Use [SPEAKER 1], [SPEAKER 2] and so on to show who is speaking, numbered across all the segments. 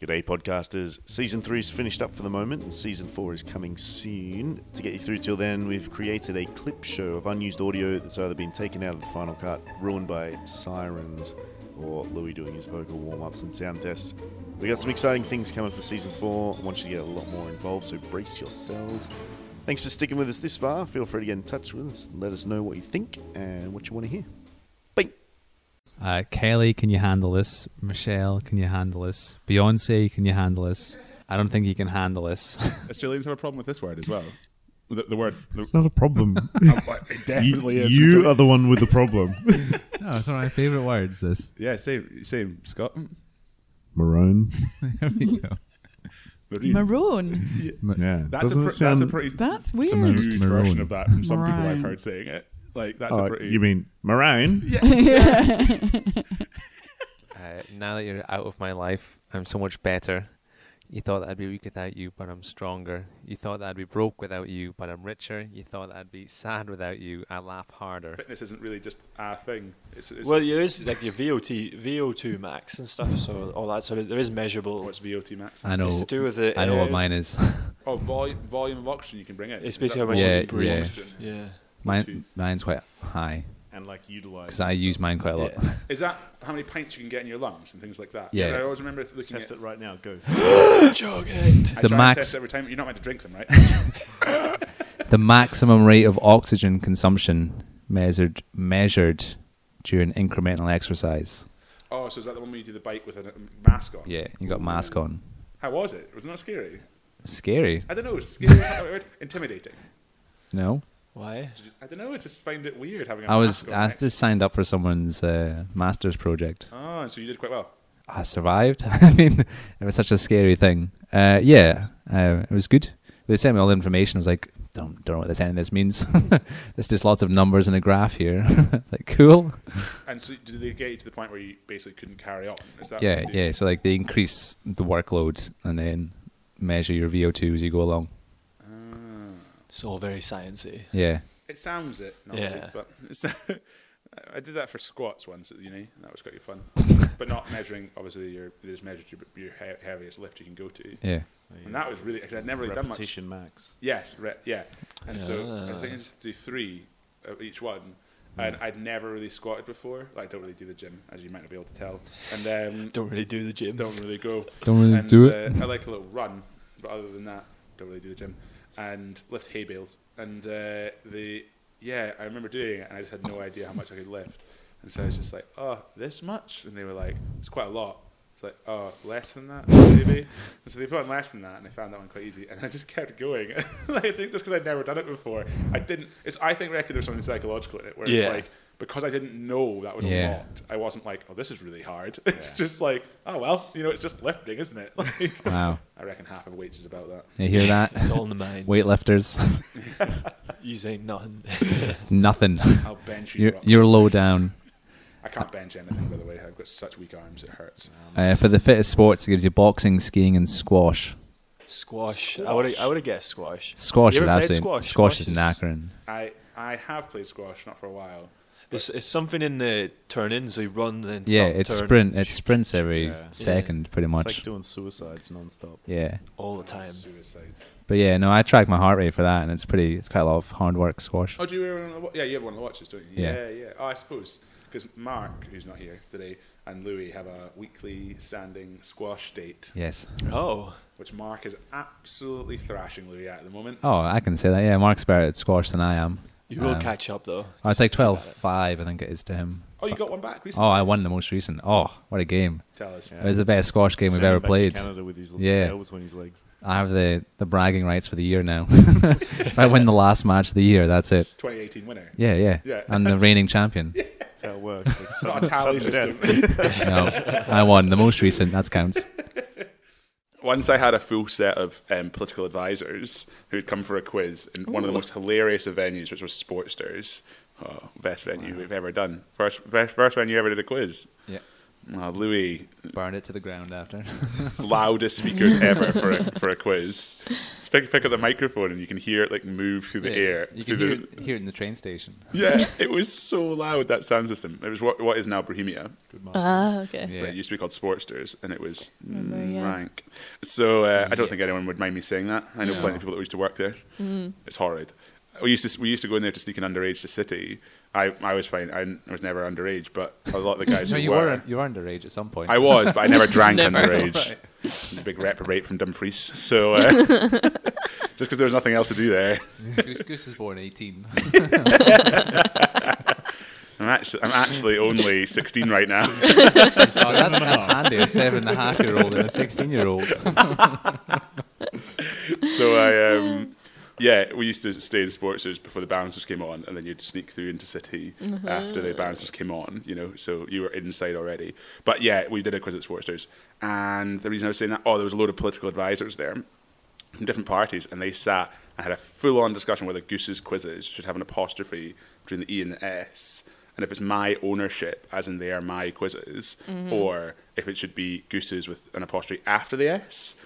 [SPEAKER 1] G'day, podcasters. Season three is finished up for the moment, and season four is coming soon. To get you through till then, we've created a clip show of unused audio that's either been taken out of the final cut, ruined by sirens, or Louis doing his vocal warm ups and sound tests. We got some exciting things coming for season four. I want you to get a lot more involved, so brace yourselves. Thanks for sticking with us this far. Feel free to get in touch with us. and Let us know what you think and what you want to hear. Bye.
[SPEAKER 2] Uh, Kaylee, can you handle this? Michelle, can you handle this? Beyonce, can you handle this? I don't think you can handle this.
[SPEAKER 3] Australians have a problem with this word as well. The, the word
[SPEAKER 4] It's
[SPEAKER 3] the, um,
[SPEAKER 4] not a problem.
[SPEAKER 3] it definitely
[SPEAKER 4] you
[SPEAKER 3] is.
[SPEAKER 4] you are the one with the problem.
[SPEAKER 2] no, it's one of my favorite words. This.
[SPEAKER 3] yeah, same, same, Scott.
[SPEAKER 4] Maroon.
[SPEAKER 2] There we go.
[SPEAKER 3] Marine.
[SPEAKER 5] Maroon.
[SPEAKER 4] Yeah.
[SPEAKER 3] that's
[SPEAKER 4] Doesn't
[SPEAKER 3] a
[SPEAKER 4] it
[SPEAKER 3] pr-
[SPEAKER 4] sound.
[SPEAKER 3] that's a pretty
[SPEAKER 5] That's weird.
[SPEAKER 3] subdued
[SPEAKER 4] Maroon.
[SPEAKER 3] version of that from some people I've
[SPEAKER 5] Maroon.
[SPEAKER 3] heard saying it. Like that's
[SPEAKER 4] Oh,
[SPEAKER 3] a pretty.
[SPEAKER 4] you mean maroon?
[SPEAKER 6] Uh, now that you're out of my life, I'm so much better. You thought that I'd be weak without you, but I'm stronger. You thought that I'd be broke without you, but I'm richer. You thought that I'd be sad without you. I laugh harder.
[SPEAKER 3] fitness isn't really just a thing. It's, it's
[SPEAKER 7] Well, there is like your VOT, VO2 max and stuff, so all that. So there is measurable.
[SPEAKER 3] what's VO2 max?
[SPEAKER 2] I know.
[SPEAKER 7] It's to do with the.
[SPEAKER 2] I know what
[SPEAKER 7] uh,
[SPEAKER 2] mine is.
[SPEAKER 3] Oh, volume, volume of oxygen you can bring in.
[SPEAKER 7] It's
[SPEAKER 3] Is
[SPEAKER 7] basically
[SPEAKER 3] that
[SPEAKER 7] how much
[SPEAKER 2] Yeah,
[SPEAKER 7] you breathe.
[SPEAKER 2] yeah.
[SPEAKER 3] oxygen?
[SPEAKER 7] Yeah.
[SPEAKER 2] Mine, mine's quite high
[SPEAKER 1] And like utilize.
[SPEAKER 2] because I use mine quite a lot.
[SPEAKER 7] Yeah.
[SPEAKER 3] Is that how many pints you can get in your lungs and things like that?
[SPEAKER 2] Yeah.
[SPEAKER 3] I always remember looking
[SPEAKER 1] Test
[SPEAKER 3] at.
[SPEAKER 1] it right now. Go.
[SPEAKER 7] Jog it.
[SPEAKER 2] It's
[SPEAKER 3] I
[SPEAKER 2] the
[SPEAKER 3] try and
[SPEAKER 2] max,
[SPEAKER 3] Test every time. You're not meant to drink them, right?
[SPEAKER 2] the maximum rate of oxygen consumption measured measured during incremental exercise.
[SPEAKER 3] oh, so is that the one where you do the bike with a a mask on?
[SPEAKER 2] Yeah, you got mask on.
[SPEAKER 3] How was it? Was it not scary?
[SPEAKER 2] Scary.
[SPEAKER 3] I don't know. Scary. is not the right word. Intimidating.
[SPEAKER 2] No,
[SPEAKER 7] Why?
[SPEAKER 3] I don't know. I just find it weird having. a
[SPEAKER 2] I was
[SPEAKER 3] mask on,
[SPEAKER 2] I was just signed up for someone's uh, master's project.
[SPEAKER 3] Oh, so you did quite well.
[SPEAKER 2] I survived. I mean, it was such a scary thing. Uh, yeah, uh, it was good. They sent me all the information. I was like, don't don't know what this any of this means. There's just lots of numbers in a graph here. It's like cool.
[SPEAKER 3] And so did they get you to the point where you basically couldn't carry on? Is that
[SPEAKER 2] Yeah,
[SPEAKER 3] what they-
[SPEAKER 2] yeah. So like they increase the workload and then measure your VO2 as you go along.
[SPEAKER 7] It's all very sciencey.
[SPEAKER 2] Yeah.
[SPEAKER 3] It sounds it. Not
[SPEAKER 7] Yeah.
[SPEAKER 3] really, but it's, I did that for squats once at uni. And that was quite fun. but not measuring. Obviously, your they just measured your, your he- heaviest lift you can go to.
[SPEAKER 2] Yeah.
[SPEAKER 3] And that was really. i I'd never really done much.
[SPEAKER 1] Repetition max.
[SPEAKER 3] Yes, re- yeah. And so I think I just do three of each one. And I'd never really squatted before. Like, don't really do the gym, as you might not be able to tell. And um,
[SPEAKER 7] Don't really do the gym.
[SPEAKER 3] don't really go.
[SPEAKER 2] Don't really
[SPEAKER 3] and,
[SPEAKER 2] do
[SPEAKER 3] Uh, I like a little run, but other than that, don't really do the gym. And lift hay bales. And uh, the yeah, I remember doing it, and I just had no idea how much I could lift. And so I was just like, oh, this much? And they were like, it's quite a lot. It's like, oh, less than that, maybe. and so they put on less than that, and I found that one quite easy. And I just kept going. like, I think just because I'd never done it before, I didn't. It's I think reckon there's something psychological in it, where
[SPEAKER 7] Yeah.
[SPEAKER 3] it's like because I didn't know that was a
[SPEAKER 2] Yeah.
[SPEAKER 3] lot. I wasn't like, oh, this is really hard. It's just like, oh well, you know, it's just lifting, isn't it? Like,
[SPEAKER 2] Wow.
[SPEAKER 3] I reckon half of weights is about that.
[SPEAKER 2] You hear
[SPEAKER 7] It's
[SPEAKER 2] that?
[SPEAKER 7] all in the mind.
[SPEAKER 2] Weightlifters,
[SPEAKER 7] You say nothing.
[SPEAKER 2] nothing.
[SPEAKER 3] I'll bench you.
[SPEAKER 2] You're,
[SPEAKER 3] up.
[SPEAKER 2] you're low down.
[SPEAKER 3] I can't bench anything, by the way. I've got such weak arms, it hurts.
[SPEAKER 2] Uh, for the fittest sports, it gives you boxing, skiing, and squash.
[SPEAKER 7] Squash. I would. I would have guessed squash.
[SPEAKER 2] Squash
[SPEAKER 7] You
[SPEAKER 2] is
[SPEAKER 7] ever played
[SPEAKER 2] absolutely
[SPEAKER 7] squash?
[SPEAKER 2] squash
[SPEAKER 7] Squash
[SPEAKER 2] is
[SPEAKER 7] is-
[SPEAKER 2] knackering.
[SPEAKER 3] I I have played squash, not for a while.
[SPEAKER 7] There's, it's something in the turn in, so you run then.
[SPEAKER 2] Yeah,
[SPEAKER 7] stop,
[SPEAKER 2] it's
[SPEAKER 7] turn,
[SPEAKER 2] sprint. It sprints every
[SPEAKER 1] Yeah.
[SPEAKER 2] second, pretty
[SPEAKER 1] It's
[SPEAKER 2] much.
[SPEAKER 1] like doing suicides non-stop.
[SPEAKER 2] yeah,
[SPEAKER 7] all the time.
[SPEAKER 3] Suicides.
[SPEAKER 2] but yeah, no, I track my heart rate for that, and it's pretty. It's quite a lot of hard work squash.
[SPEAKER 3] Oh, do you wear one of the wa- Yeah, you have one of the watches, don't you? yeah.
[SPEAKER 2] Yeah.
[SPEAKER 3] yeah. Oh, I suppose because Mark, who's not here today, and Louis have a weekly standing squash date,
[SPEAKER 2] Yes.
[SPEAKER 7] Oh,
[SPEAKER 3] which Mark is absolutely thrashing Louis at at the moment.
[SPEAKER 2] Oh, I can say that. Yeah, Mark's better at squash than I am.
[SPEAKER 7] you will
[SPEAKER 2] Um,
[SPEAKER 7] catch up though.
[SPEAKER 2] Oh, it's like twelve five, I think it is to him.
[SPEAKER 3] Oh, you got one back recently.
[SPEAKER 2] Oh, I won the most recent. Oh, what a game!
[SPEAKER 3] Tell us.
[SPEAKER 2] It was the best squash game we've
[SPEAKER 1] Send him
[SPEAKER 2] ever
[SPEAKER 1] back to
[SPEAKER 2] played.
[SPEAKER 1] Canada with his
[SPEAKER 2] Yeah.
[SPEAKER 1] tail between his legs.
[SPEAKER 2] I have the the bragging rights for the year now. if I win the last match of the year, that's it.
[SPEAKER 3] 2018 winner.
[SPEAKER 2] Yeah, yeah.
[SPEAKER 3] Yeah.
[SPEAKER 2] I'm the reigning champion.
[SPEAKER 1] That's how it works. Like,
[SPEAKER 3] It's not a tally
[SPEAKER 1] suddenly
[SPEAKER 3] system.
[SPEAKER 2] No, I won the most recent. That counts.
[SPEAKER 3] Once I had a full set of um, political advisors who'd come for a quiz in one of the most hilarious of venues, which was Sportsters. Oh, best venue we've ever done. First, best, first venue ever did a quiz.
[SPEAKER 2] Yeah.
[SPEAKER 3] Oh, Louis,
[SPEAKER 2] Burn it to the ground after.
[SPEAKER 3] loudest speakers ever for a, for a quiz. Just pick, pick up the microphone and you can hear it like move through the air.
[SPEAKER 2] You
[SPEAKER 3] through the,
[SPEAKER 2] can hear, it, hear it in the train station.
[SPEAKER 3] Yeah, it was so loud that sound system. It was what what is now Bohemia,
[SPEAKER 5] Ah, okay.
[SPEAKER 2] Yeah.
[SPEAKER 3] but it used to be called Sportsters, and it was
[SPEAKER 5] Remember, yeah.
[SPEAKER 3] rank. So uh, I don't
[SPEAKER 2] Yeah.
[SPEAKER 3] think anyone would mind me saying that. I know
[SPEAKER 2] No. Mm-hmm.
[SPEAKER 3] plenty of people that used to work there. It's horrid. We used to we used to go in there to sneak in underage to City. I, I was fine. I, n- I was never underage, but a lot of the guys
[SPEAKER 2] no,
[SPEAKER 3] who
[SPEAKER 2] you
[SPEAKER 3] were,
[SPEAKER 2] were you were underage at some point.
[SPEAKER 3] I was, but I never drank
[SPEAKER 5] Never.
[SPEAKER 3] underage.
[SPEAKER 2] Right.
[SPEAKER 3] I'm a Big reprobate from Dumfries. So uh, just because there was nothing else to do there,
[SPEAKER 2] Goose, Goose was born 18.
[SPEAKER 3] I'm actually I'm actually only 16 right now.
[SPEAKER 2] Oh, that's, that's handy. A seven and a half year old and a 16 year old.
[SPEAKER 3] so I, um, yeah, we used to stay in Sportsers before the bouncers came on, and then you'd sneak through into City
[SPEAKER 5] Mm-hmm.
[SPEAKER 3] after the bouncers came on, you know, so you were inside already. But yeah, we did a quiz at Sportsers, and the reason I was saying that, oh, there was a load of political advisors there from different parties, and they sat and had a full on discussion whether Goose's quizzes should have an apostrophe between the E and the S. And if it's my ownership, as in they are my quizzes,
[SPEAKER 5] Mm-hmm.
[SPEAKER 3] or if it should be Goose's with an apostrophe after the S.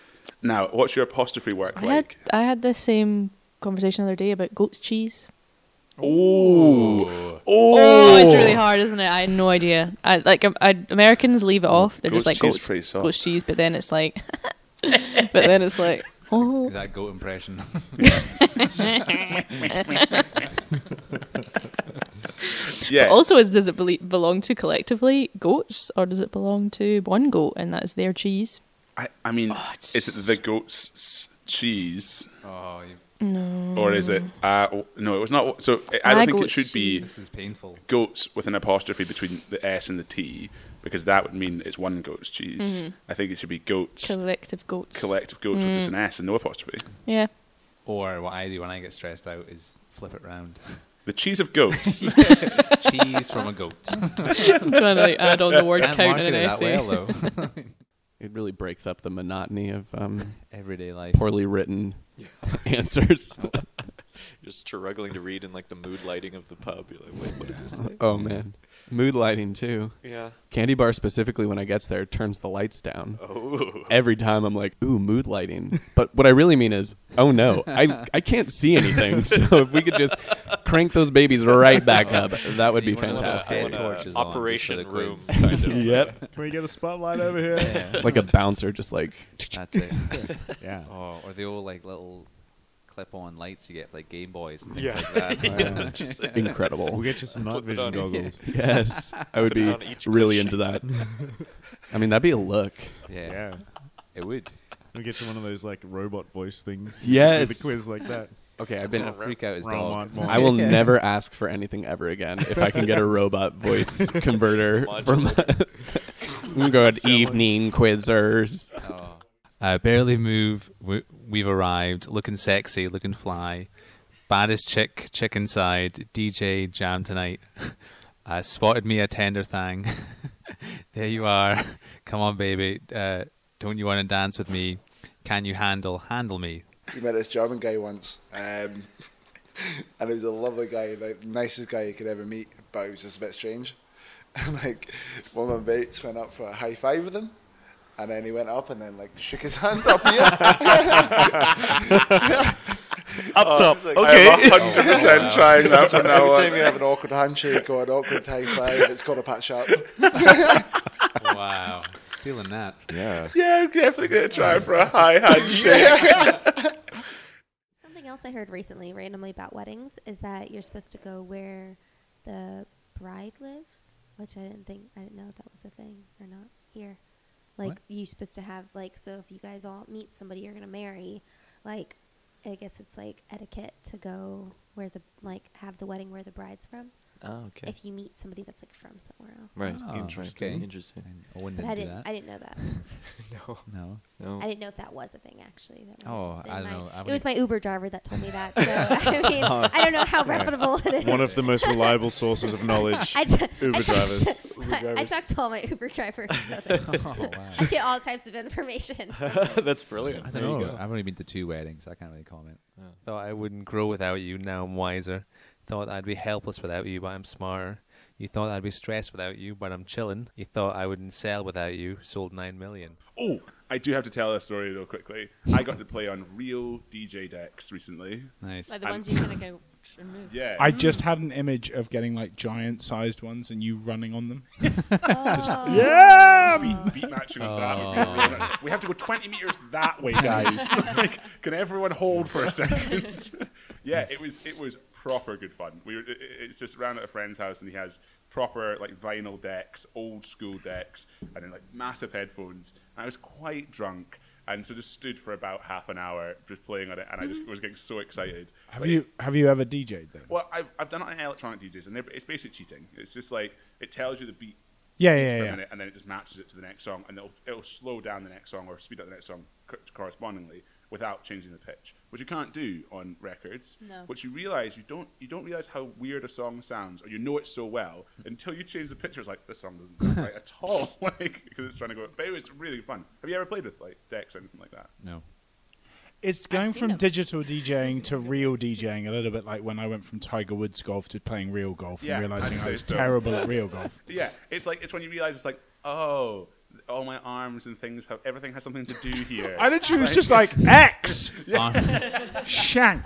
[SPEAKER 3] Now, what's your apostrophe work
[SPEAKER 5] I had
[SPEAKER 3] like?
[SPEAKER 5] I had the same conversation the other day about goat's cheese.
[SPEAKER 3] Oh,
[SPEAKER 5] Oh, it's really hard, isn't it? I had no idea. I like um, I, I, Americans leave it off. They're just
[SPEAKER 3] Goat's
[SPEAKER 5] like
[SPEAKER 3] Mm, cheese is
[SPEAKER 5] goat's,
[SPEAKER 3] pretty soft.
[SPEAKER 5] goat's cheese, but then it's like, but then it's like, oh,
[SPEAKER 2] Is that goat impression?
[SPEAKER 3] yeah.
[SPEAKER 5] Also, is does it bele belong to collectively goats, or does it belong to one goat and that's their cheese?
[SPEAKER 3] I, I mean,
[SPEAKER 5] it's
[SPEAKER 3] is it the goat's s- cheese,
[SPEAKER 2] Oh, you,
[SPEAKER 3] or is it? Uh, w- no, it was not. So I-
[SPEAKER 5] My
[SPEAKER 3] I don't think it
[SPEAKER 5] goat's
[SPEAKER 3] should be
[SPEAKER 2] this is painful.
[SPEAKER 3] goats with an apostrophe between the S and the T, because that would mean it's one goat's
[SPEAKER 5] Mm-hmm.
[SPEAKER 3] cheese. I think it should be goats,
[SPEAKER 5] Collective goats.
[SPEAKER 3] collective goats with just an
[SPEAKER 5] mm.
[SPEAKER 3] S and no apostrophe.
[SPEAKER 5] Yeah.
[SPEAKER 2] Or what I do when I get stressed out is flip it round.
[SPEAKER 3] The cheese of goats.
[SPEAKER 2] Cheese from a goat.
[SPEAKER 5] I'm trying to like, add on the word
[SPEAKER 2] Can't
[SPEAKER 5] count
[SPEAKER 2] market
[SPEAKER 5] in
[SPEAKER 2] it
[SPEAKER 5] an
[SPEAKER 2] that
[SPEAKER 5] essay.
[SPEAKER 2] well though.
[SPEAKER 8] It really breaks up the monotony of um,
[SPEAKER 2] Everyday life.
[SPEAKER 8] poorly written answers.
[SPEAKER 9] You're struggling to read in like the mood lighting of the pub. You're like, wait, what does this say?
[SPEAKER 8] Oh man, mood lighting too.
[SPEAKER 9] Yeah.
[SPEAKER 8] Candy bar specifically when I gets there turns the lights down.
[SPEAKER 9] Oh.
[SPEAKER 8] Every time I'm like, ooh, mood lighting. But what I really mean is, oh no, I I can't see anything. So if we could just crank those babies right back up, that would be
[SPEAKER 2] You wanna-
[SPEAKER 8] fantastic.
[SPEAKER 2] I
[SPEAKER 9] I want
[SPEAKER 2] wanna- torches
[SPEAKER 9] a
[SPEAKER 2] on just for the
[SPEAKER 9] operation room
[SPEAKER 2] quiz.
[SPEAKER 9] kind of.
[SPEAKER 8] Yep.
[SPEAKER 4] Can we get a spotlight over here?
[SPEAKER 2] Yeah,
[SPEAKER 8] Like a bouncer just like
[SPEAKER 2] that's it.
[SPEAKER 4] yeah.
[SPEAKER 2] Oh, or the old like little clip-on lights you get for like Game Boys and things
[SPEAKER 9] Yeah.
[SPEAKER 2] like that.
[SPEAKER 9] Yeah, just like-
[SPEAKER 8] incredible.
[SPEAKER 4] We'll get you some night
[SPEAKER 9] Flip it
[SPEAKER 4] vision
[SPEAKER 9] on.
[SPEAKER 4] goggles.
[SPEAKER 8] Yes. I would
[SPEAKER 9] Put it
[SPEAKER 8] be
[SPEAKER 9] on each
[SPEAKER 8] really
[SPEAKER 9] cushion.
[SPEAKER 8] into that. I mean, that'd be a look.
[SPEAKER 2] Yeah,
[SPEAKER 4] Yeah.
[SPEAKER 2] it would.
[SPEAKER 4] We'll get you one of those like robot voice things.
[SPEAKER 8] Yes.
[SPEAKER 4] Do the quiz like that.
[SPEAKER 8] Okay, I've
[SPEAKER 2] Been
[SPEAKER 8] been
[SPEAKER 2] a freak out his
[SPEAKER 4] Round
[SPEAKER 2] dog.
[SPEAKER 4] one, one.
[SPEAKER 8] I will
[SPEAKER 2] Yeah.
[SPEAKER 8] never ask for anything ever again if I can get a robot voice converter from good evening quizzers.
[SPEAKER 2] Uh, barely move. We, we've arrived. Looking sexy. Looking fly. Baddest chick. Chick inside. DJ jam tonight. Uh, spotted me a tender thang. there you are. Come on, baby. Uh, don't you want to dance with me? Can you handle handle me?
[SPEAKER 10] We met this German guy once, um, and he was a lovely guy, like nicest guy you could ever meet, but he was just a bit strange. And like one of my mates went up for a high five with him, and then he went up and then like shook his hand up here.
[SPEAKER 3] Up
[SPEAKER 10] Oh,
[SPEAKER 3] top.
[SPEAKER 10] it's like-
[SPEAKER 3] okay. I'm 100% trying that from now
[SPEAKER 10] Every time
[SPEAKER 3] on.
[SPEAKER 10] you have an awkward handshake or an awkward high five, it's called a pat sharp.
[SPEAKER 2] Wow. Stealing that.
[SPEAKER 1] Yeah.
[SPEAKER 3] Yeah, I'm definitely going to try for a high handshake.
[SPEAKER 11] Something else I heard recently, randomly about weddings, is that you're supposed to go where the bride lives, which I didn't think I didn't know if that was a thing or not here. Like
[SPEAKER 2] What?
[SPEAKER 11] you're supposed to have like so if you guys all meet somebody you're gonna marry, like I guess it's like etiquette to go where the like have the wedding where the bride's from.
[SPEAKER 9] Oh, okay.
[SPEAKER 11] If you meet somebody that's like from somewhere else.
[SPEAKER 9] right.
[SPEAKER 2] Oh,
[SPEAKER 9] interesting.
[SPEAKER 2] okay.
[SPEAKER 9] Interesting.
[SPEAKER 2] Owen
[SPEAKER 11] But
[SPEAKER 2] didn't
[SPEAKER 11] I
[SPEAKER 2] do
[SPEAKER 11] didn't
[SPEAKER 2] that.
[SPEAKER 11] I didn't know that.
[SPEAKER 9] No.
[SPEAKER 2] no.
[SPEAKER 9] No.
[SPEAKER 11] I didn't know if that was a thing actually. That might have
[SPEAKER 2] Oh,
[SPEAKER 11] just been
[SPEAKER 2] I don't
[SPEAKER 11] my-
[SPEAKER 2] know. I
[SPEAKER 11] it was
[SPEAKER 2] wouldn't- Oh.
[SPEAKER 11] my Uber driver that told me that. So I mean, I don't know how reputable it is.
[SPEAKER 1] One of the most reliable sources of knowledge.
[SPEAKER 11] I t-
[SPEAKER 1] Uber
[SPEAKER 11] I talked
[SPEAKER 1] drivers.
[SPEAKER 11] to- I, I talked to all my Uber drivers, so that-
[SPEAKER 2] Oh, wow.
[SPEAKER 11] I get all types of information.
[SPEAKER 9] That's brilliant.
[SPEAKER 2] I
[SPEAKER 9] There
[SPEAKER 2] don't
[SPEAKER 9] you
[SPEAKER 2] know.
[SPEAKER 9] go.
[SPEAKER 2] I've only been to two weddings. So I can't really comment.
[SPEAKER 6] Thought I wouldn't grow without you. Now I'm wiser. Thought I'd be helpless without you, but I'm smarter. You thought I'd be stressed without you, but I'm chilling. You thought I wouldn't sell without you. Sold 9 million.
[SPEAKER 3] Oh, I do have to tell a story real quickly. I got to play on real DJ decks recently.
[SPEAKER 6] Nice.
[SPEAKER 12] Like the
[SPEAKER 3] And-
[SPEAKER 12] ones you kind of go and move.
[SPEAKER 3] Yeah.
[SPEAKER 13] I just had an image of getting like giant sized ones and you running on them.
[SPEAKER 11] Oh,
[SPEAKER 3] yeah! Beat, beat matching on that would be real nice. We have to go 20 meters that way, guys. like, can everyone hold for a second? yeah, it was it was proper good fun. We were, it, it- it's just round at a friend's house and he has proper like vinyl decks, old school decks, and then like massive headphones. And I was quite drunk. And so just stood for about half an hour just playing on it, and I just was getting so excited.
[SPEAKER 13] Have
[SPEAKER 3] Like,
[SPEAKER 13] you have you ever DJ'd then?
[SPEAKER 3] Well, I've, I've done it on electronic DJs, and they're- it's basically cheating. It's just like it tells you the beat.
[SPEAKER 13] Yeah,
[SPEAKER 3] beats
[SPEAKER 13] yeah,
[SPEAKER 3] per
[SPEAKER 13] yeah.
[SPEAKER 3] minute, and then it just matches it to the next song, and it'll it'll slow down the next song or speed up the next song co- correspondingly without changing the pitch, which you can't do on records.
[SPEAKER 12] No.
[SPEAKER 3] Which you realize you don't you don't realize how weird a song sounds, or you know it so well until you change the pitch. It's like this song doesn't sound right at all, like because it's trying to go. But it was really fun. Have you ever played with like decks or anything like that?
[SPEAKER 2] No.
[SPEAKER 13] It's going from digital DJing to real DJing a little bit like when I went from Tiger Woods golf to playing real golf and realizing
[SPEAKER 3] I'd
[SPEAKER 13] I
[SPEAKER 3] say
[SPEAKER 13] was
[SPEAKER 3] so.
[SPEAKER 13] terrible at real golf.
[SPEAKER 3] yeah, it's like it's when you realize it's like, oh, all my arms and things have everything has something to do here.
[SPEAKER 13] I literally was just like X
[SPEAKER 3] Yeah.
[SPEAKER 13] shank.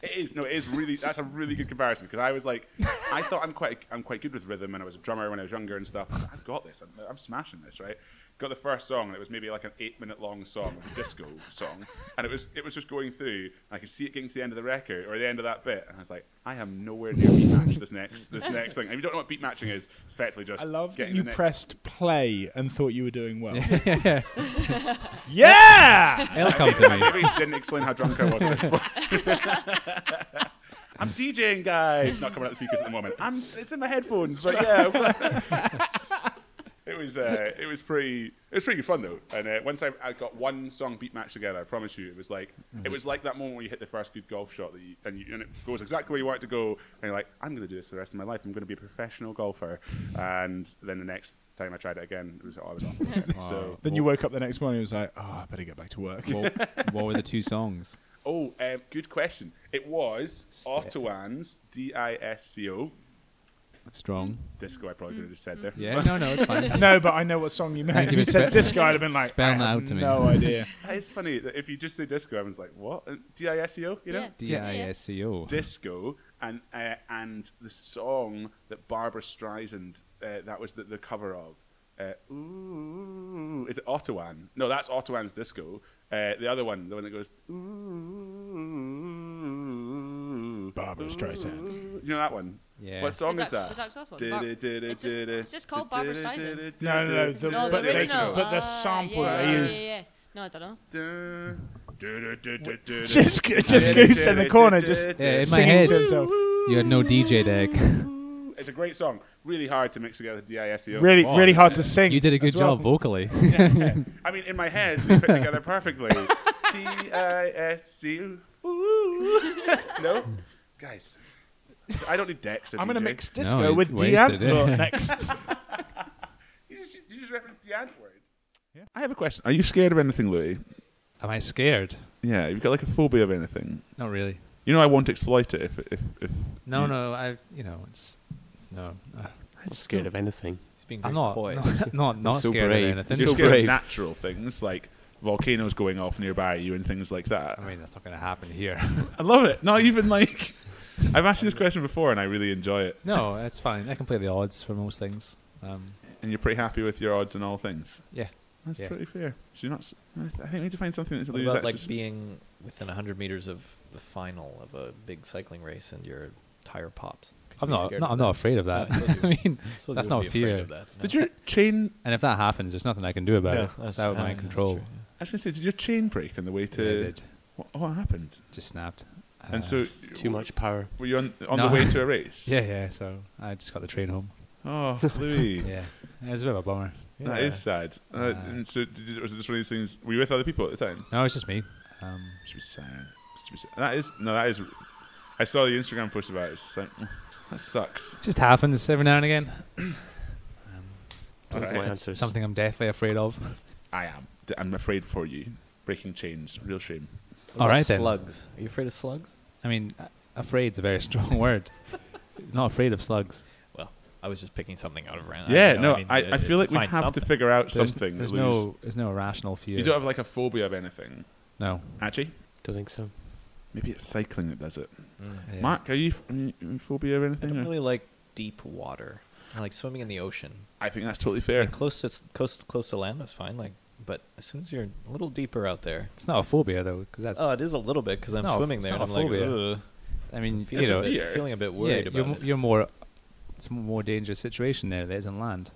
[SPEAKER 3] It is no, it is really. That's a really good comparison because I was like, I thought I'm quite, I'm quite good with rhythm, and I was a drummer when I was younger and stuff. I've got this. I'm, I'm smashing this, right? Got the first song, and it was maybe like an eight-minute-long song, a disco song, and it was, it was just going through. and I could see it getting to the end of the record or the end of that bit, and I was like, I am nowhere near beat match this next, this next thing. And if you don't know what beat matching is, it's effectively just
[SPEAKER 13] I love that
[SPEAKER 3] getting
[SPEAKER 13] you
[SPEAKER 3] the next
[SPEAKER 13] pressed play and thought you were doing well.
[SPEAKER 2] Yeah.
[SPEAKER 13] yeah!
[SPEAKER 2] It'll come to me.
[SPEAKER 3] Maybe he didn't explain how drunk I was at this point. I'm DJing, guys. Not coming out the speakers at the moment. I'm, it's in my headphones, but yeah. it was uh, it was pretty it was pretty good fun though. And uh, once I, I got one song beat match together, I promise you, it was like it was like that moment where you hit the first good golf shot that you, and you, and it goes exactly where you want it to go. And you're like, I'm going to do this for the rest of my life. I'm going to be a professional golfer. And then the next time I tried it again, it was oh, I was off. so
[SPEAKER 13] then you woke up the next morning and was like, oh, I better get back to work.
[SPEAKER 2] what, what were the two songs?
[SPEAKER 3] Oh, um, good question. It was Ottawans, D I S C O.
[SPEAKER 2] Strong.
[SPEAKER 3] Disco, I probably could have just said there.
[SPEAKER 2] Yeah, no, no, it's fine.
[SPEAKER 13] no, but I know what song you meant.
[SPEAKER 2] Thank you,
[SPEAKER 13] You
[SPEAKER 2] but
[SPEAKER 13] said
[SPEAKER 2] spe-
[SPEAKER 13] disco, I'd have been like,
[SPEAKER 2] spell
[SPEAKER 13] I
[SPEAKER 2] that
[SPEAKER 13] have
[SPEAKER 2] out to me.
[SPEAKER 13] no idea.
[SPEAKER 3] it's funny that if you just say disco, everyone's like, what? Uh, D I S C O? You know?
[SPEAKER 2] D I S C O.
[SPEAKER 3] Disco. And uh, and the song that Barbara Streisand, uh, that was the, the cover of. Uh, ooh, is it Ottawan? No, that's Ottowan's Disco. Uh, the other one, the one that goes, ooh.
[SPEAKER 13] Barbara Streisand.
[SPEAKER 3] You know that one?
[SPEAKER 2] Yeah.
[SPEAKER 3] What song
[SPEAKER 12] The
[SPEAKER 3] is
[SPEAKER 12] Doc-
[SPEAKER 3] that?
[SPEAKER 12] the Doc Sauce one.
[SPEAKER 3] Did
[SPEAKER 12] Bar-
[SPEAKER 3] it, did it,
[SPEAKER 12] it's just-
[SPEAKER 3] did it,
[SPEAKER 12] it's just called Barbra
[SPEAKER 3] did it,
[SPEAKER 12] Streisand.
[SPEAKER 3] did it,
[SPEAKER 13] No, no, no,
[SPEAKER 3] did
[SPEAKER 13] the-
[SPEAKER 3] it,
[SPEAKER 12] Oh, the
[SPEAKER 13] but they-
[SPEAKER 12] original.
[SPEAKER 13] but the
[SPEAKER 12] Ah,
[SPEAKER 2] Uh,
[SPEAKER 13] sample
[SPEAKER 12] yeah,
[SPEAKER 13] they
[SPEAKER 12] yeah,
[SPEAKER 13] used-
[SPEAKER 12] Yeah, yeah. No, I don't know.
[SPEAKER 3] did it, did it, did it.
[SPEAKER 13] Just, just
[SPEAKER 3] Did it,
[SPEAKER 13] Goose in
[SPEAKER 3] did
[SPEAKER 13] the
[SPEAKER 3] it,
[SPEAKER 13] corner,
[SPEAKER 3] did
[SPEAKER 13] just
[SPEAKER 3] it,
[SPEAKER 2] Yeah, in my
[SPEAKER 13] singing
[SPEAKER 2] head,
[SPEAKER 13] to himself.
[SPEAKER 2] you had no DJ deck.
[SPEAKER 3] It's a great song. Really hard to mix together D-I-S-E-O.
[SPEAKER 13] Really, really hard to sing.
[SPEAKER 2] You did a good
[SPEAKER 13] as well.
[SPEAKER 2] job vocally.
[SPEAKER 3] I mean, in my head, they fit together perfectly. D-I-S-E-O. Ooh. No? Guys, I don't need decks to
[SPEAKER 13] I'm going to
[SPEAKER 3] DJ.
[SPEAKER 13] mix disco
[SPEAKER 2] you
[SPEAKER 13] with
[SPEAKER 2] wasted it.
[SPEAKER 13] Deanne next.
[SPEAKER 3] You just, you just referenced the ant word. I have a question. Are you scared of anything, Louis?
[SPEAKER 2] Am I scared?
[SPEAKER 3] Yeah, you've got like a phobia of anything.
[SPEAKER 2] Not really.
[SPEAKER 3] You know I won't exploit it if... if, if
[SPEAKER 2] No, no, I, you know, it's no. uh,
[SPEAKER 8] I'm scared of anything.
[SPEAKER 2] He's being I'm not, not, not, not
[SPEAKER 8] so
[SPEAKER 2] scared
[SPEAKER 8] brave.
[SPEAKER 2] of anything.
[SPEAKER 3] You're scared of natural things like volcanoes going off nearby you and things like that.
[SPEAKER 2] I mean, that's not going to happen here.
[SPEAKER 3] I love it. Not even like I've asked you this question before and I really enjoy it.
[SPEAKER 2] no, it's fine. I can play the odds for most things. Um,
[SPEAKER 3] And you're pretty happy with your odds and all things.
[SPEAKER 2] yeah,
[SPEAKER 3] That's
[SPEAKER 2] yeah.
[SPEAKER 3] pretty fair. So you're not. s- I th- I think we need to find something that's
[SPEAKER 14] What
[SPEAKER 3] Louis
[SPEAKER 14] about
[SPEAKER 3] actually.
[SPEAKER 14] like being within 100 meters of the final of a big cycling race and your tire pops? Could
[SPEAKER 2] I'm
[SPEAKER 14] you be
[SPEAKER 2] not.
[SPEAKER 14] scared
[SPEAKER 2] not
[SPEAKER 14] of
[SPEAKER 2] I'm
[SPEAKER 14] that?
[SPEAKER 2] not afraid of
[SPEAKER 14] No,
[SPEAKER 2] that.
[SPEAKER 14] suppose you
[SPEAKER 2] I
[SPEAKER 14] would-
[SPEAKER 2] mean,
[SPEAKER 14] suppose you
[SPEAKER 2] that's
[SPEAKER 14] would
[SPEAKER 2] not
[SPEAKER 14] be afraid
[SPEAKER 2] fear.
[SPEAKER 14] of that, no.
[SPEAKER 3] did your chain?
[SPEAKER 2] And if that happens, there's nothing I can do about
[SPEAKER 14] No,
[SPEAKER 2] it.
[SPEAKER 6] uh,
[SPEAKER 14] that's-
[SPEAKER 2] It's out of
[SPEAKER 14] I
[SPEAKER 2] my
[SPEAKER 14] mean, that's
[SPEAKER 2] control.
[SPEAKER 14] true,
[SPEAKER 3] I was going to say, did your chain break on the way to?
[SPEAKER 2] Yeah, I did.
[SPEAKER 3] What, what happened?
[SPEAKER 2] Just snapped. Uh,
[SPEAKER 3] and so
[SPEAKER 8] Too much power.
[SPEAKER 3] Were you on on
[SPEAKER 2] no.
[SPEAKER 3] the way to a race?
[SPEAKER 2] Yeah, yeah. So I just got the train home.
[SPEAKER 3] Oh, Louis.
[SPEAKER 2] Yeah, it was a bit of a bummer.
[SPEAKER 3] That is sad. Uh,
[SPEAKER 2] Uh,
[SPEAKER 3] and so, did you, was it just one of these things? Were you with other people at the time?
[SPEAKER 2] No, it's just me. Um,
[SPEAKER 3] Should be sad. Should be sad. That is no. That is. I saw the Instagram post about it. It's just like "Mm, that sucks.
[SPEAKER 2] just happens every now and again. um,
[SPEAKER 3] All right.
[SPEAKER 2] it's something I'm deathly afraid of.
[SPEAKER 3] I am. D- I'm afraid for you. Breaking chains. Real shame.
[SPEAKER 14] What
[SPEAKER 2] All
[SPEAKER 14] about
[SPEAKER 2] right then.
[SPEAKER 14] Slugs. Are you afraid of slugs?
[SPEAKER 2] I mean, a- afraid's a very strong word. Not afraid of slugs.
[SPEAKER 14] Well, I was just picking something out of random.
[SPEAKER 3] Yeah,
[SPEAKER 14] you know,
[SPEAKER 3] no,
[SPEAKER 14] mean,
[SPEAKER 3] I,
[SPEAKER 14] it-
[SPEAKER 6] uh,
[SPEAKER 3] I feel
[SPEAKER 14] it-
[SPEAKER 3] like we
[SPEAKER 14] find
[SPEAKER 3] have to
[SPEAKER 14] something.
[SPEAKER 3] figure out
[SPEAKER 2] There's-
[SPEAKER 3] something.
[SPEAKER 2] there's
[SPEAKER 3] Louise.
[SPEAKER 2] no- there's no rational fear.
[SPEAKER 3] You don't have like a phobia of anything.
[SPEAKER 2] No.
[SPEAKER 3] Actually,
[SPEAKER 6] don't think so.
[SPEAKER 3] Maybe it's cycling that does it.
[SPEAKER 14] Yeah.
[SPEAKER 3] Mark, are you f- mm, mm, phobia of anything?
[SPEAKER 14] I
[SPEAKER 3] or-
[SPEAKER 14] don't really like deep water. I like swimming in the ocean.
[SPEAKER 3] I think that's totally fair.
[SPEAKER 14] close to coast, close to land, that's fine. Like, but as soon as you're a little deeper out there,
[SPEAKER 2] It's not a phobia though, because that's
[SPEAKER 14] oh, it is a little bit because
[SPEAKER 2] it's
[SPEAKER 14] I'm
[SPEAKER 2] not a-
[SPEAKER 14] swimming
[SPEAKER 2] it's
[SPEAKER 14] there. And
[SPEAKER 2] not
[SPEAKER 14] I'm
[SPEAKER 2] a
[SPEAKER 14] like,
[SPEAKER 2] phobia.
[SPEAKER 14] Ugh.
[SPEAKER 2] I mean,
[SPEAKER 14] Feels
[SPEAKER 2] you know,
[SPEAKER 14] a bit- feeling a bit worried
[SPEAKER 2] yeah,
[SPEAKER 14] about
[SPEAKER 2] you're,
[SPEAKER 14] it.
[SPEAKER 2] m- you're more. It's a more dangerous situation there. There's on land.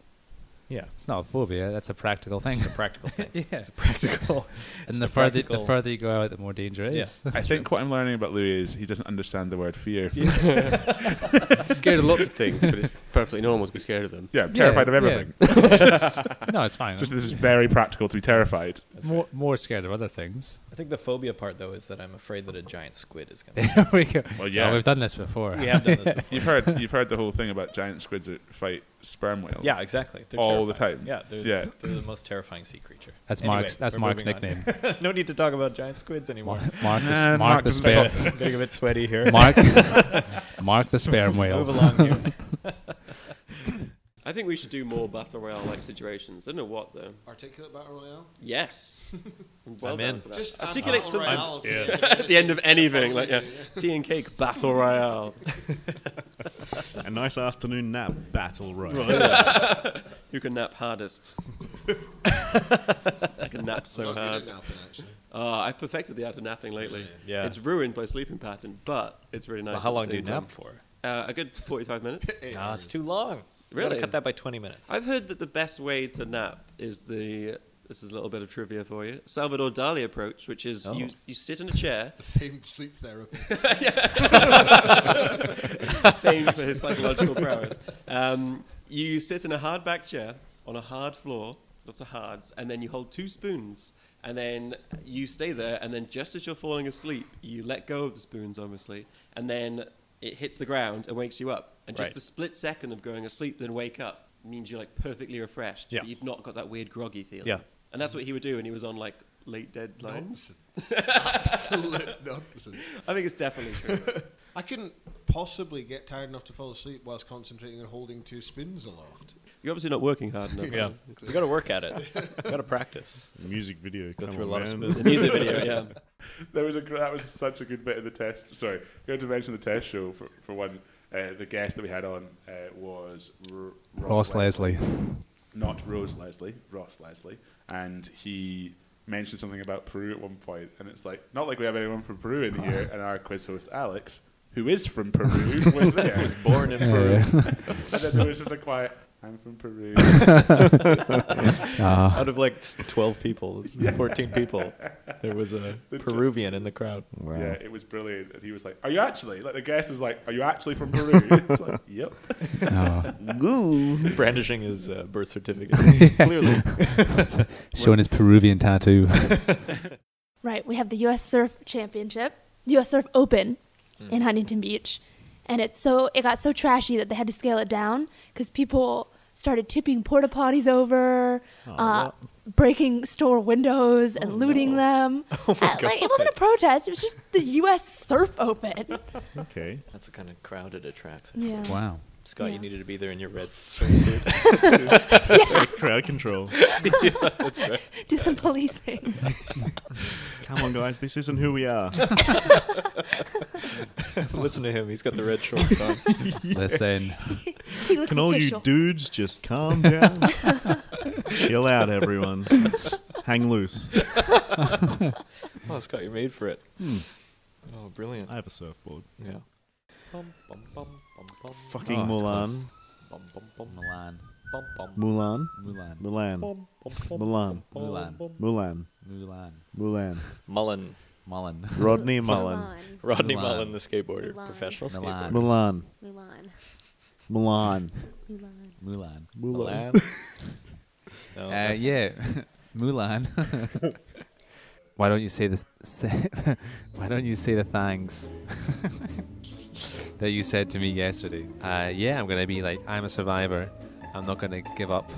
[SPEAKER 14] Yeah.
[SPEAKER 2] it's not a phobia. That's a practical thing. It's a
[SPEAKER 14] practical thing.
[SPEAKER 2] yeah,
[SPEAKER 14] It's a practical.
[SPEAKER 2] and the further the further you go out, the more danger it is.
[SPEAKER 3] I think what I'm learning about Louis is he doesn't understand the word fear.
[SPEAKER 15] I'm scared of lots of things, but it's perfectly normal to be scared of them.
[SPEAKER 3] Yeah, I'm terrified of everything. Just- Just this is very practical to be terrified.
[SPEAKER 2] more more scared of other things.
[SPEAKER 14] I think the phobia part though is that I'm afraid that a giant squid is going to.
[SPEAKER 2] there we go.
[SPEAKER 3] Well, yeah,
[SPEAKER 2] Oh, we've done this before.
[SPEAKER 14] We have done this before.
[SPEAKER 3] You've heard you've heard the whole thing about giant squids that fight sperm whales.
[SPEAKER 14] Yeah, exactly. They're
[SPEAKER 3] all the time.
[SPEAKER 14] terrifying. Yeah, they're,
[SPEAKER 3] yeah.
[SPEAKER 14] they're the most terrifying sea creature.
[SPEAKER 2] That's Mark's- that's
[SPEAKER 14] we're
[SPEAKER 2] Mark's
[SPEAKER 14] moving on. no need to talk about giant squids anymore.
[SPEAKER 2] Mark, the, s-
[SPEAKER 14] Nah,
[SPEAKER 2] Mark, the
[SPEAKER 14] doesn't
[SPEAKER 2] sperm.
[SPEAKER 14] stop. Getting a bit sweaty here.
[SPEAKER 2] Mark, Mark the sperm whale.
[SPEAKER 14] Move along here.
[SPEAKER 15] I think we should do more battle royale like situations. I don't know what though.
[SPEAKER 16] Articulate battle royale.
[SPEAKER 15] Yes. Well
[SPEAKER 14] I'm
[SPEAKER 15] done
[SPEAKER 14] in.
[SPEAKER 15] for that.
[SPEAKER 16] Just add
[SPEAKER 15] articulate
[SPEAKER 16] battle
[SPEAKER 15] something
[SPEAKER 16] royale to
[SPEAKER 15] Yeah.
[SPEAKER 16] the end of
[SPEAKER 15] at the end of
[SPEAKER 16] anything.
[SPEAKER 15] anything, like yeah, tea and cake battle royale.
[SPEAKER 1] a nice afternoon nap battle
[SPEAKER 15] Well,
[SPEAKER 1] royale.
[SPEAKER 15] yeah. Who can nap hardest? I can nap so
[SPEAKER 16] I'm not
[SPEAKER 15] hard.
[SPEAKER 16] good at napping, actually.
[SPEAKER 15] Oh, I've perfected the art of napping lately.
[SPEAKER 14] Yeah.
[SPEAKER 15] It's ruined by sleeping pattern, but it's really nice.
[SPEAKER 14] how
[SPEAKER 15] at the
[SPEAKER 14] long do
[SPEAKER 15] same
[SPEAKER 14] you nap
[SPEAKER 15] time.
[SPEAKER 14] for?
[SPEAKER 15] Uh, a good 45 minutes.
[SPEAKER 14] Ah, it's too long. You gotta
[SPEAKER 15] Really?
[SPEAKER 14] cut that by 20 minutes.
[SPEAKER 15] I've heard that the best way to nap is the. This is a little bit of trivia for you. Salvador Dali approach, which is
[SPEAKER 16] Oh.
[SPEAKER 15] you, you sit in a chair.
[SPEAKER 16] Famed sleep therapist.
[SPEAKER 15] Famed for his psychological prowess. Um, you sit in a hard back chair on a hard floor, lots of hards, and then you hold two spoons. And then you stay there, and then just as you're falling asleep, you let go of the spoons, obviously, and then it hits the ground and wakes you up. And just
[SPEAKER 14] Right.
[SPEAKER 15] the split second of going asleep, then wake up, means you're like perfectly refreshed.
[SPEAKER 14] Yeah.
[SPEAKER 15] But you've not got that weird groggy feeling.
[SPEAKER 14] Yeah.
[SPEAKER 15] And that's what he would do when he was on like late deadlines.
[SPEAKER 16] Absolute nonsense.
[SPEAKER 15] I think it's definitely true.
[SPEAKER 16] I couldn't possibly get tired enough to fall asleep whilst concentrating on holding two spoons aloft.
[SPEAKER 15] You're obviously not working hard enough.
[SPEAKER 16] Yeah.
[SPEAKER 14] You got to work at it. You got to practice.
[SPEAKER 1] Music video.
[SPEAKER 14] Go
[SPEAKER 1] come
[SPEAKER 14] through a
[SPEAKER 1] on,
[SPEAKER 14] lot of
[SPEAKER 1] man.
[SPEAKER 14] spoons. The music video,
[SPEAKER 3] There was a gr- that was such a good bit of the test. Sorry, going to mention the test show for, for one. Uh, the guest that we had on uh, was R-
[SPEAKER 2] Ross Leslie.
[SPEAKER 3] not Rose Leslie, Ross Leslie, and he mentioned something about Peru at one point, and it's like not like we have anyone from Peru in here, and our quiz host Alex, who is from Peru, was there,
[SPEAKER 15] Was born in Yeah,
[SPEAKER 2] Peru. yeah.
[SPEAKER 3] and then there was just a quiet. I'm from Peru.
[SPEAKER 14] Out of like s- 12 people, 14 people, there was a Peruvian in the crowd.
[SPEAKER 3] Yeah, it was brilliant. And he was like, Are you actually? Like, the guest was like, Are you actually from Peru? it's like, Yep.
[SPEAKER 14] Goo. Brandishing his uh, birth certificate. Clearly.
[SPEAKER 2] Showing his Peruvian tattoo.
[SPEAKER 17] Right, we have the U.S. Surf Championship, U.S. Surf Open in Huntington Beach, and it's so it got so trashy that they had to scale it down because people started tipping porta potties over, uh, breaking store windows
[SPEAKER 14] Oh,
[SPEAKER 17] and looting them. Uh, like it wasn't a protest; it was just the U.S. Surf Open.
[SPEAKER 1] Okay.
[SPEAKER 14] That's the kind of crowd it attracts.
[SPEAKER 17] Yeah.
[SPEAKER 2] Wow.
[SPEAKER 14] Scott, you
[SPEAKER 17] Yeah.
[SPEAKER 14] needed to be there in your red
[SPEAKER 1] Yeah.
[SPEAKER 14] swimsuit.
[SPEAKER 1] Crowd control.
[SPEAKER 14] yeah, that's right.
[SPEAKER 17] Do some policing.
[SPEAKER 1] Come on, guys, this isn't who we are.
[SPEAKER 14] Listen to him. He's got the red shorts on.
[SPEAKER 2] Listen.
[SPEAKER 17] He looks
[SPEAKER 1] Can all
[SPEAKER 17] official.
[SPEAKER 1] you dudes just calm down? Chill out, everyone. Hang loose.
[SPEAKER 14] oh, Scott, you're made for it.
[SPEAKER 1] Hmm.
[SPEAKER 14] Oh, brilliant.
[SPEAKER 1] I have a surfboard.
[SPEAKER 14] Yeah.
[SPEAKER 1] Fucking
[SPEAKER 2] Oh, that's close.
[SPEAKER 1] Mulan.
[SPEAKER 2] Milan.
[SPEAKER 1] Mulan.
[SPEAKER 2] Mulan.
[SPEAKER 1] Mulan. Mulan.
[SPEAKER 2] Mulan.
[SPEAKER 1] Mulan.
[SPEAKER 2] Mulan.
[SPEAKER 1] Mulan.
[SPEAKER 14] Mullen.
[SPEAKER 2] Mullen.
[SPEAKER 1] Rodney Mullen.
[SPEAKER 14] Rodney
[SPEAKER 2] Mulan.
[SPEAKER 14] Mullen, the skateboarder,
[SPEAKER 11] Mulan.
[SPEAKER 14] professional
[SPEAKER 2] Mulan.
[SPEAKER 14] skateboarder.
[SPEAKER 1] Mulan.
[SPEAKER 11] Mulan.
[SPEAKER 1] Mulan.
[SPEAKER 11] Mulan.
[SPEAKER 2] Mulan.
[SPEAKER 1] Mulan.
[SPEAKER 14] No,
[SPEAKER 2] uh,
[SPEAKER 14] that's-
[SPEAKER 2] yeah, Mulan. why don't you say this? Say, why don't you say the thanks
[SPEAKER 6] that you said to me yesterday. Uh, yeah, I'm gonna be like, I'm a survivor. I'm not gonna give up.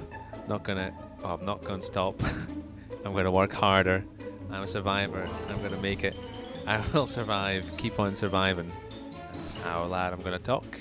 [SPEAKER 6] Not gonna. Oh, I'm not gonna stop. I'm gonna work harder. I'm a survivor. I'm gonna make it. I will survive. Keep on surviving. That's how loud I'm gonna talk.